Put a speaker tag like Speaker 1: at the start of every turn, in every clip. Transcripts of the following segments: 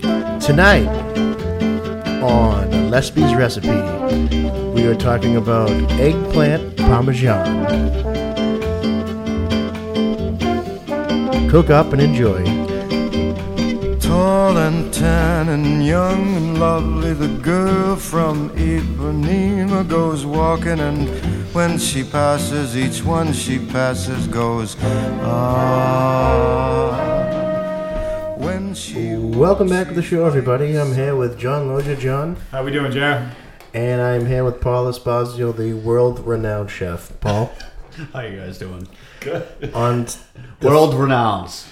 Speaker 1: Tonight on Lespi's Recipe, we are talking about eggplant parmesan. Cook up and enjoy.
Speaker 2: Tall and tan and young and lovely, the girl from Ipanema goes walking, and when she passes, each one she passes goes ah. When she
Speaker 1: Welcome back to the show, everybody. I'm here with John Loja, John,
Speaker 3: How we doing, Joe?
Speaker 1: and I'm here with Paul Esposito, the world-renowned chef. Paul,
Speaker 4: How you guys doing?
Speaker 1: on
Speaker 4: World renowns.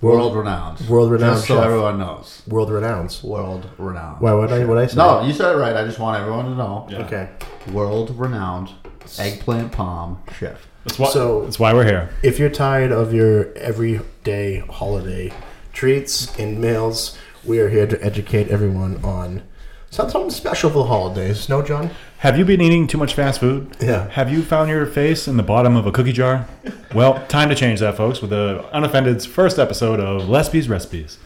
Speaker 4: World renowns.
Speaker 1: World renowned
Speaker 4: Just so
Speaker 1: chef.
Speaker 4: everyone knows.
Speaker 1: world-renowned.
Speaker 4: World renowned.
Speaker 1: Why? What I? What I say?
Speaker 4: no, you said it right. I just want everyone to know.
Speaker 3: Yeah.
Speaker 1: Okay.
Speaker 4: World renowned eggplant palm chef.
Speaker 3: That's why,
Speaker 1: So-
Speaker 3: that's why we're here.
Speaker 1: If you're tired of your everyday holiday treats and meals, we are here to educate everyone on something special for the holidays. No, John?
Speaker 3: Have you been eating too much fast food?
Speaker 1: Yeah.
Speaker 3: Have you found your face in the bottom of a cookie jar? Well, time to change that, folks, with the Unoffended's first episode of Lespi's Recipes.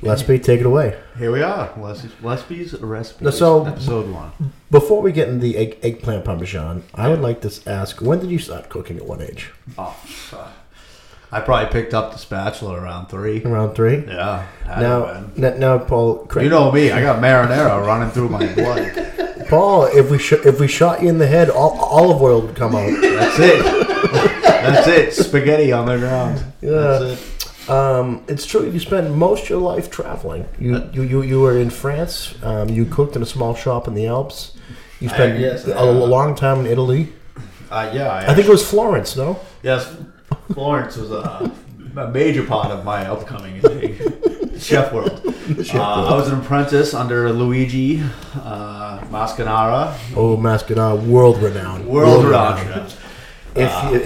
Speaker 1: Lesby, take it away.
Speaker 4: Here we are. Les- Lespi's recipe.
Speaker 1: No, so-
Speaker 4: episode one.
Speaker 1: Before we get into the egg, eggplant parmesan, I would like to ask when did you start cooking at what age?
Speaker 4: Oh, fuck. I probably picked up the spatula around three.
Speaker 1: Around three?
Speaker 4: Yeah. had to
Speaker 1: Now,
Speaker 4: been.
Speaker 1: n- now, Paul, correct-
Speaker 4: you know me. I got marinara running through my blood.
Speaker 1: Paul, if we sh- if we shot you in the head, all- olive oil would come out.
Speaker 4: That's it. That's it. Spaghetti on the ground.
Speaker 1: Yeah.
Speaker 4: That's it.
Speaker 1: Um, it's true. You spent most of your life traveling.
Speaker 4: Uh,
Speaker 1: You you, you, you were in France. Um, you cooked in a small shop in the Alps. You spent
Speaker 4: yes,
Speaker 1: a,
Speaker 4: I
Speaker 1: a
Speaker 4: have.
Speaker 1: long time in Italy.
Speaker 4: Uh, yeah.
Speaker 1: I think it was Florence. No,
Speaker 4: Yes, Florence was a, a major part of my upcoming chef world. Uh, I was an apprentice under Luigi uh, Mascanara,
Speaker 1: oh Mascadar, world renowned,
Speaker 4: world renowned chef.
Speaker 1: If you,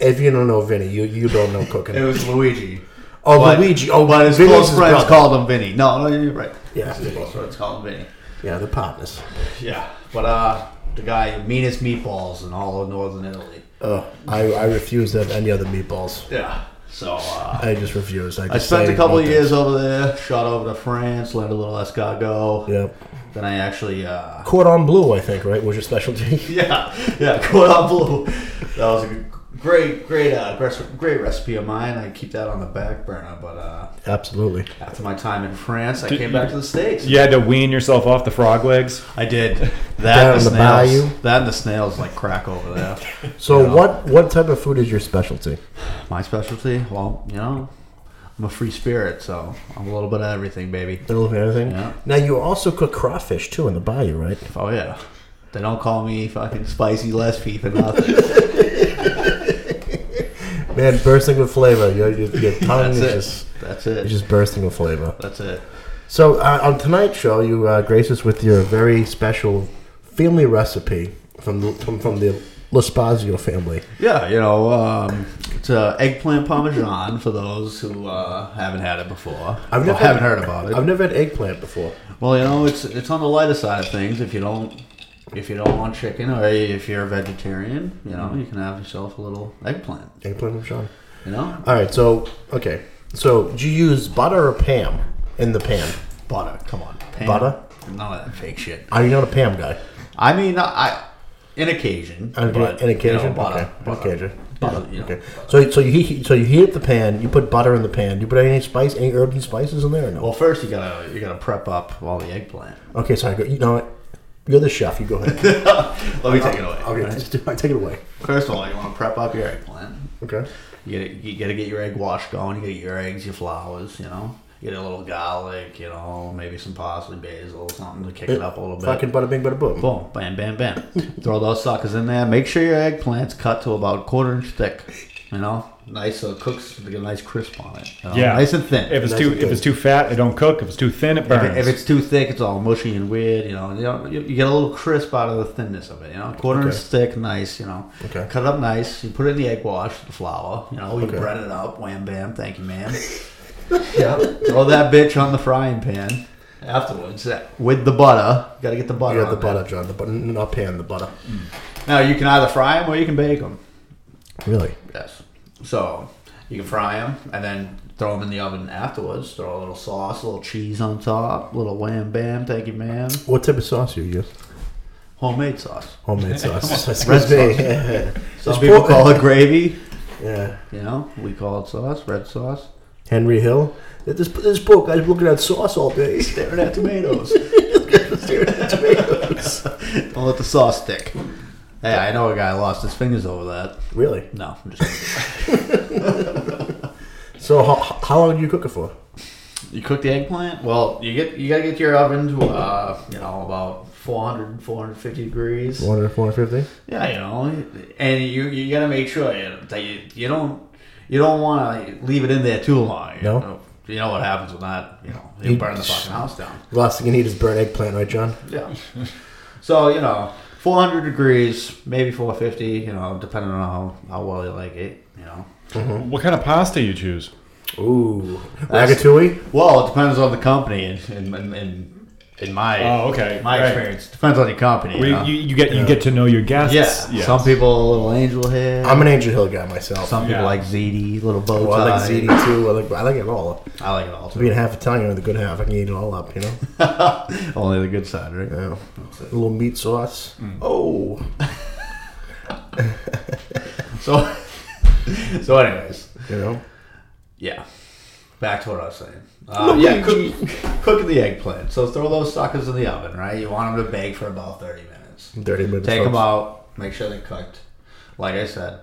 Speaker 1: i- if you don't know Vinny, you, you don't know cooking.
Speaker 4: It was Luigi.
Speaker 1: oh
Speaker 4: but-
Speaker 1: Luigi, oh
Speaker 4: but his
Speaker 1: Vinny's
Speaker 4: close friends
Speaker 1: brother.
Speaker 4: called him Vinny. No, no, you're right.
Speaker 1: Yeah.
Speaker 4: his close friends called him Vinny.
Speaker 1: Yeah, the partners.
Speaker 4: Yeah, but uh, the guy meanest meatballs in all of northern Italy.
Speaker 1: Oh, I, I refuse to have any other meatballs.
Speaker 4: Yeah, so. Uh,
Speaker 1: I just refuse. I,
Speaker 4: I
Speaker 1: just
Speaker 4: spent
Speaker 1: say
Speaker 4: a couple
Speaker 1: no
Speaker 4: of years over there, shot over to France, learned a little escargot.
Speaker 1: thanks. Yep.
Speaker 4: Then I actually uh,
Speaker 1: Cordon bleu, I think, right, was your specialty.
Speaker 4: yeah, yeah, cordon bleu. That was a great, great, uh, res- great recipe of mine. I keep that on the back burner. But uh,
Speaker 1: Absolutely.
Speaker 4: after my time in France, I came back to the states.
Speaker 3: You had to wean yourself off the frog legs.
Speaker 4: I did
Speaker 1: Down
Speaker 4: that. and
Speaker 1: in the
Speaker 4: the snails.
Speaker 1: bayou.
Speaker 4: That and the snails like crack over there.
Speaker 1: So,
Speaker 4: Yeah.
Speaker 1: what what type of food is your specialty?
Speaker 4: my specialty. Well, you know, I'm a free spirit, so I'm a little bit of everything, baby.
Speaker 1: Little of everything.
Speaker 4: Yeah.
Speaker 1: Now you also cook crawfish too in the bayou, right?
Speaker 4: Oh yeah. They don't call me fucking spicy Leslie for nothing.
Speaker 1: Man, bursting with flavor. Your, your, your tongue
Speaker 4: That's
Speaker 1: is
Speaker 4: it.
Speaker 1: just
Speaker 4: That's
Speaker 1: is
Speaker 4: it.
Speaker 1: just bursting with flavor.
Speaker 4: That's it.
Speaker 1: So uh, on tonight's show, you uh, grace us with your very special family recipe from the, from, from the L'Espazio family.
Speaker 4: Yeah, you know, um, it's uh, eggplant parmesan for those who uh, haven't had it before.
Speaker 1: I've
Speaker 4: or
Speaker 1: never-
Speaker 4: haven't heard about it.
Speaker 1: I've never had eggplant before.
Speaker 4: well, you know, it's it's on the lighter side of things. If you don't if you don't want chicken, or if you're a vegetarian, you know, you can have yourself a little eggplant.
Speaker 1: Eggplant parmesan.
Speaker 4: You know,
Speaker 1: All right. So okay. So do you use butter or Pam in the pan?
Speaker 4: butter. Come on, Pan-
Speaker 1: Butter?
Speaker 4: None of that fake shit.
Speaker 1: Are you not a Pam guy?
Speaker 4: I mean, I an occasion,
Speaker 1: An,
Speaker 4: but,
Speaker 1: an
Speaker 4: you know,
Speaker 1: Uh, occasion,
Speaker 4: butter,
Speaker 1: okay.
Speaker 4: butter.
Speaker 1: occasion.
Speaker 4: Butter, you know.
Speaker 1: Okay. So so you heat so you heat up the pan. You put butter in the pan. You put any spice, any herbs and spices in there? Or no.
Speaker 4: Well, first you gotta you gotta prep up all the eggplant.
Speaker 1: okay, sorry. Go, you know what? You're the chef. You go ahead.
Speaker 4: Let me
Speaker 1: Uh,
Speaker 4: take it away.
Speaker 1: okay, just, do- take it away.
Speaker 4: First of all, you want to prep up your eggplant.
Speaker 1: Okay.
Speaker 4: You gotta, you gotta get your egg wash going. You gotta get your eggs, your flowers, you know. You get a little garlic, you know, maybe some parsley, basil, something to kick it up a little bit.
Speaker 1: Fucking butter, bing, butter, boom.
Speaker 4: Boom, bam, bam, bam. Throw those suckers in there. Make sure your eggplant's cut to about a quarter inch thick, you know. Nice, so it cooks, to get a nice crisp on it. you know?
Speaker 3: Yeah.
Speaker 4: Nice and thin.
Speaker 3: If it's
Speaker 1: Nice
Speaker 3: too
Speaker 1: and
Speaker 3: if it's too fat, it don't cook. If it's too thin, it
Speaker 4: If,
Speaker 3: burns.
Speaker 4: it- if it's too thick, it's all mushy and weird. You know, you, know, you, you get a little crisp out of the thinness of it. You know, quarter inch
Speaker 1: Okay.
Speaker 4: thick, nice. You know,
Speaker 1: Okay.
Speaker 4: cut it up nice. You put it in the egg wash, the flour. You know, you
Speaker 1: Okay.
Speaker 4: bread it up. Wham bam, thank you, man. yeah, throw that bitch on the frying pan afterwards with the butter. You gotta get the butter.
Speaker 1: You got the
Speaker 4: on there.
Speaker 1: butter, John. The butter, not pan, the butter.
Speaker 4: Now you can either fry them or you can bake them.
Speaker 1: Really?
Speaker 4: Yes. So You can fry them and then throw them in the oven afterwards. Throw a little sauce, a little cheese on top, a little wham bam, thank you, ma'am.
Speaker 1: What type of sauce do you use?
Speaker 4: Homemade sauce.
Speaker 1: Homemade sauce. That's
Speaker 4: Red
Speaker 1: good.
Speaker 4: sauce.
Speaker 1: Yeah.
Speaker 4: Some
Speaker 1: It's
Speaker 4: people
Speaker 1: por-
Speaker 4: call it gravy.
Speaker 1: Yeah.
Speaker 4: You know, we call it sauce, red sauce.
Speaker 1: Henry Hill. This this poor guy's looking at sauce all day.
Speaker 4: Staring at tomatoes. Don't let the sauce stick. Hey, I know a guy lost his fingers over that.
Speaker 1: really?
Speaker 4: No, I'm just
Speaker 1: So how, how long do you cook it for?
Speaker 4: you cook the eggplant. Well, you get you gotta get your oven to uh, you know about 400, 450 degrees.
Speaker 1: 400, 450?
Speaker 4: Yeah, you know, and you you gotta make sure you, that you, you don't you don't want to leave it in there too long. You
Speaker 1: No.
Speaker 4: know, you know what happens with that. You know,
Speaker 1: You-
Speaker 4: you burn the fucking house down.
Speaker 1: Last thing you need is burnt eggplant, right, John?
Speaker 4: Yeah. so you know, 400 degrees, maybe 450. You know, depending on how how well you like it. You know.
Speaker 3: What kind of pasta you choose?
Speaker 1: Ooh. Ragatouille?
Speaker 4: Well, it depends on the company and and and. and in my
Speaker 3: Oh, okay.
Speaker 4: my
Speaker 3: Right.
Speaker 4: experience depends on your company. You
Speaker 3: Well,
Speaker 4: know?
Speaker 3: you, you, you get you get to know your guests.
Speaker 4: yeah,
Speaker 3: Yes.
Speaker 4: some people a little angel hair.
Speaker 1: I'm an Angel Hill guy myself.
Speaker 4: some people
Speaker 3: Yeah. Oh,
Speaker 4: like ziti, little bow tie.
Speaker 1: Well, I like ziti too. I like, I like it all.
Speaker 4: I like it all. too.
Speaker 1: Being half Italian or the good half, I can eat it all up, you know?
Speaker 4: Only the good side, right?
Speaker 1: Yeah. A little meat sauce.
Speaker 4: Mm.
Speaker 1: Oh.
Speaker 4: So, so, anyways,
Speaker 1: You know?
Speaker 4: yeah. Back to what I was saying. Uh, yeah, cook, cooking the eggplant. So throw those suckers in the oven, right? You want them to bake for about thirty minutes.
Speaker 1: 30 minutes.
Speaker 4: Take them
Speaker 1: folks.
Speaker 4: out, make sure they're cooked. Like I said,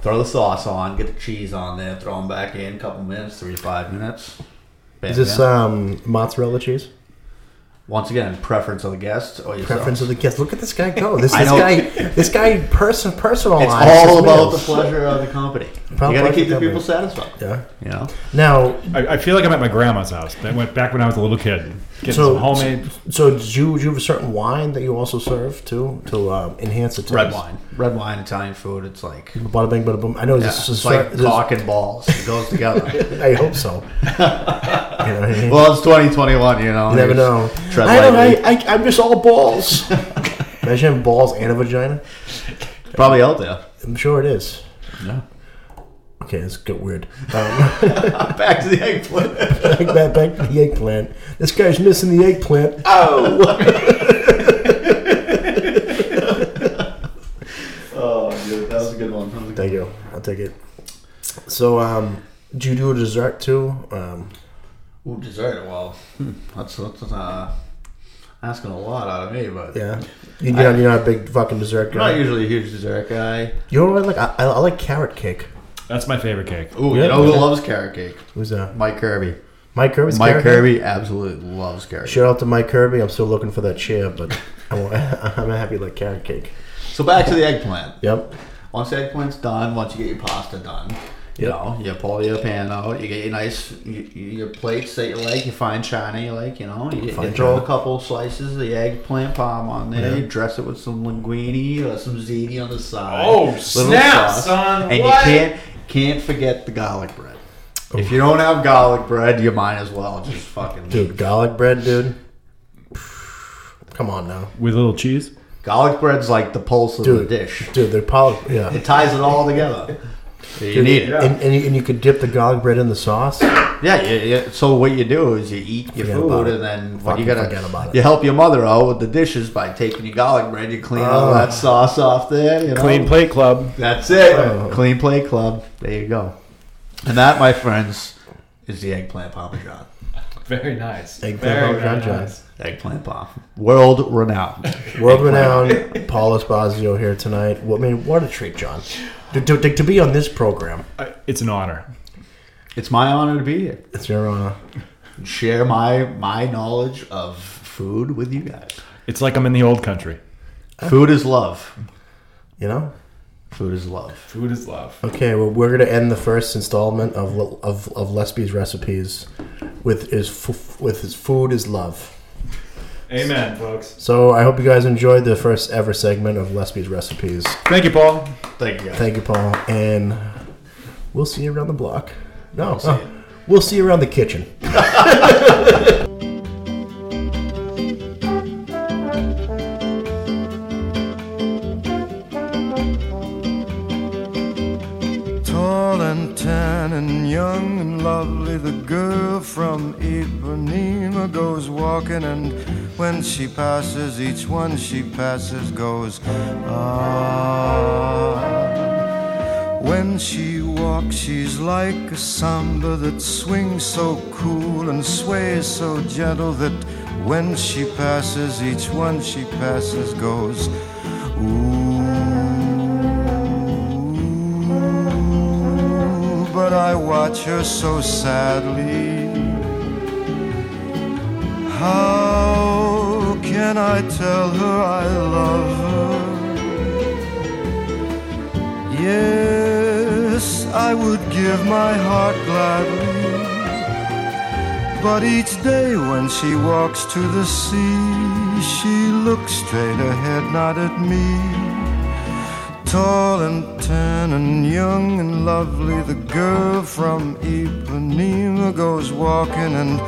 Speaker 4: throw the sauce on, get the cheese on there, throw them back in. Couple minutes, three to five minutes. Bam,
Speaker 1: Is this
Speaker 4: bam.
Speaker 1: um, mozzarella cheese?
Speaker 4: once again preference of the guest or yourself?
Speaker 1: Preference of the guest. Look at this guy go. This,
Speaker 4: I
Speaker 1: this
Speaker 4: know.
Speaker 1: guy, this guy, person, personalized.
Speaker 4: It's all
Speaker 1: his
Speaker 4: about the
Speaker 1: meals.
Speaker 4: pleasure of the company.
Speaker 1: About
Speaker 4: you gotta keep the
Speaker 1: pleasure
Speaker 4: people satisfied.
Speaker 1: Yeah.
Speaker 4: You know.
Speaker 1: Now,
Speaker 3: I, I feel like I'm at my grandma's house. That went back when I was a little kid. Getting
Speaker 1: So-
Speaker 3: some homemade.
Speaker 1: so did you, do you have a certain wine that you also serve too to um, enhance the taste?
Speaker 4: red wine, red wine, Italian food. It's like
Speaker 1: Bada bing, bada boom. I know
Speaker 4: yeah,
Speaker 1: this is
Speaker 4: it's like
Speaker 1: this-
Speaker 4: cock and balls. It goes together.
Speaker 1: I hope so. you know what I mean?
Speaker 4: well, it's 2021. You know,
Speaker 1: you never
Speaker 4: it's-
Speaker 1: know.
Speaker 4: tread
Speaker 1: I don't. I,
Speaker 4: lightly.
Speaker 1: I, I'm just all balls. Imagine balls and a vagina.
Speaker 4: Probably out there.
Speaker 1: I'm sure it is.
Speaker 4: Yeah.
Speaker 1: Okay, let's get weird. Um,
Speaker 4: Back to the eggplant.
Speaker 1: back, back, back to the eggplant. This guy's missing the eggplant. Oh.
Speaker 4: oh, dude, that was a good one.
Speaker 1: Thank you. I'll take it. So, um, do you do a dessert too? Um,
Speaker 4: Ooh, dessert. Well, hmm, that's that's uh, asking a lot out of me, but
Speaker 1: yeah. You, you're, not, you're not a big fucking dessert
Speaker 4: I'm not
Speaker 1: guy.
Speaker 4: usually a huge dessert guy.
Speaker 1: You know what I like? I, I, I like carrot cake.
Speaker 3: That's my favorite cake.
Speaker 4: Ooh,
Speaker 1: Yeah.
Speaker 4: you know who loves carrot cake?
Speaker 1: Who's that?
Speaker 4: Mike Kirby.
Speaker 1: uh, Mike Kirby's
Speaker 4: Mike
Speaker 1: carrot cake?
Speaker 4: Kirby absolutely loves carrot. cake.
Speaker 1: Shout out to Mike Kirby. I'm still looking for that chair, but I want, I'm happy like carrot cake.
Speaker 4: So back to the eggplant.
Speaker 1: Yep.
Speaker 4: Once the eggplant's done, once you get your pasta done, you
Speaker 1: Yep.
Speaker 4: know, you pull your pan out, you get your nice, you, your plates that you like, you find china you like, you know, you, you
Speaker 1: Fine
Speaker 4: throw
Speaker 1: china.
Speaker 4: a couple slices of the eggplant palm on there, you dress it with some linguine or some ziti on the side.
Speaker 3: Oh,
Speaker 4: little
Speaker 3: snap, son,
Speaker 4: And
Speaker 3: what?
Speaker 4: you can't, can't forget the garlic bread. If you don't have garlic bread, you might as well just fucking
Speaker 1: Dude, garlic bread, dude. Come on now.
Speaker 3: With a little cheese.
Speaker 4: Garlic bread's like the pulse of
Speaker 1: Dude.
Speaker 4: the dish.
Speaker 1: Dude, they're probably, yeah.
Speaker 4: It ties it all together. You need it.
Speaker 1: And, and, you, and you could dip the garlic bread in the sauce.
Speaker 4: Yeah, yeah, yeah. So what you do is you eat your
Speaker 1: Forget about
Speaker 4: food,
Speaker 1: it.
Speaker 4: and then what
Speaker 1: Fucking
Speaker 4: you gotta
Speaker 1: forget about it.
Speaker 4: you help your mother out with the dishes by taking your garlic bread. You clean all
Speaker 1: Oh.
Speaker 4: that sauce off there. You know?
Speaker 3: Clean plate club.
Speaker 4: That's it.
Speaker 1: Oh.
Speaker 4: Clean play club. There you go. And that, my friends, is the eggplant parmesan.
Speaker 3: Very nice.
Speaker 1: Eggplant Very, very parmesan. nice.
Speaker 4: Eggplant parm, world renowned.
Speaker 1: World renowned Paul Esposito here tonight. What, I mean, what a treat, John. To, to, to, to be on this program,
Speaker 3: It's an honor.
Speaker 4: it's my honor to be here
Speaker 1: it's your uh, honor.
Speaker 4: and share my my knowledge of food with you guys.
Speaker 3: It's like I'm in the old country.
Speaker 4: Food is love.
Speaker 1: You know?
Speaker 4: Food is love.
Speaker 3: Food is love.
Speaker 1: Okay, well, we're going to end the first installment of Le- of, of Lespi's recipes with his, f- with his food is love.
Speaker 3: Amen, folks.
Speaker 1: So I hope you guys enjoyed the first ever segment of Lespi's Recipes.
Speaker 3: Thank you, Paul.
Speaker 4: Thank you. Guys.
Speaker 1: Thank you, Paul, and we'll see you around the block. No,
Speaker 4: see
Speaker 1: uh,
Speaker 4: you.
Speaker 1: we'll see you around the kitchen.
Speaker 2: tall and and tan and young and lovely. The girl from Ipanema goes walking, and when she passes, each one she passes goes "Ah." on. When she walks, she's like a samba that swings so cool and sways so gentle that when she passes, each one she passes goes ooh. But I watch her so sadly. How can I tell her I love her? Yes, I would give my heart gladly. But each day when she walks to the sea, she looks straight ahead, not at me. Tall and tan and young and lovely, the girl from Ipanema goes walking, and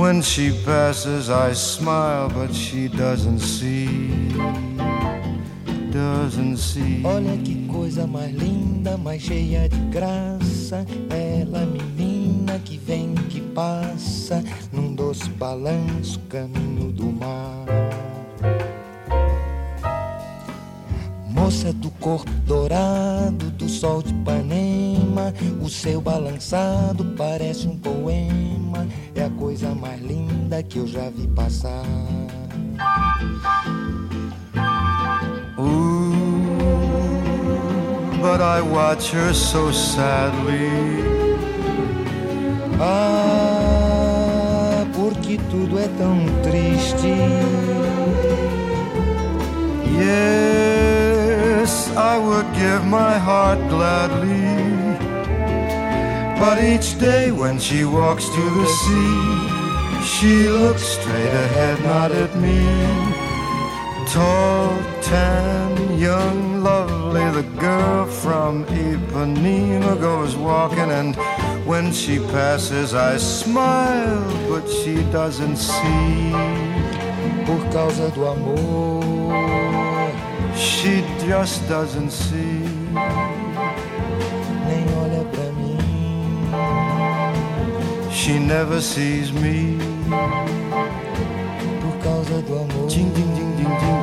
Speaker 2: when she passes, I smile, but she doesn't see. Doesn't see.
Speaker 5: Olha que coisa mais linda, mais cheia de graça. Bela menina que vem, que passa, num doce balanço, caminho do mar. Moça do corpo dourado, do sol de Ipanema, o seu balançado parece um poema. É a coisa mais linda que eu já vi passar.
Speaker 2: Ooh, but I watch her so sadly.
Speaker 5: Ah, porque tudo é tão triste.
Speaker 2: Yes, I would give my heart gladly. But each day when she walks to the sea, she looks straight ahead, not at me. Tall, tan, young, lovely, the girl from Ipanema goes walking, and when she passes, I smile, but she doesn't see.
Speaker 5: Por causa do amor,
Speaker 2: She just doesn't see.
Speaker 5: nem olha pra mim.
Speaker 2: She never sees me.
Speaker 5: Por causa do amor,
Speaker 2: Ding, ding, ding, ding, ding,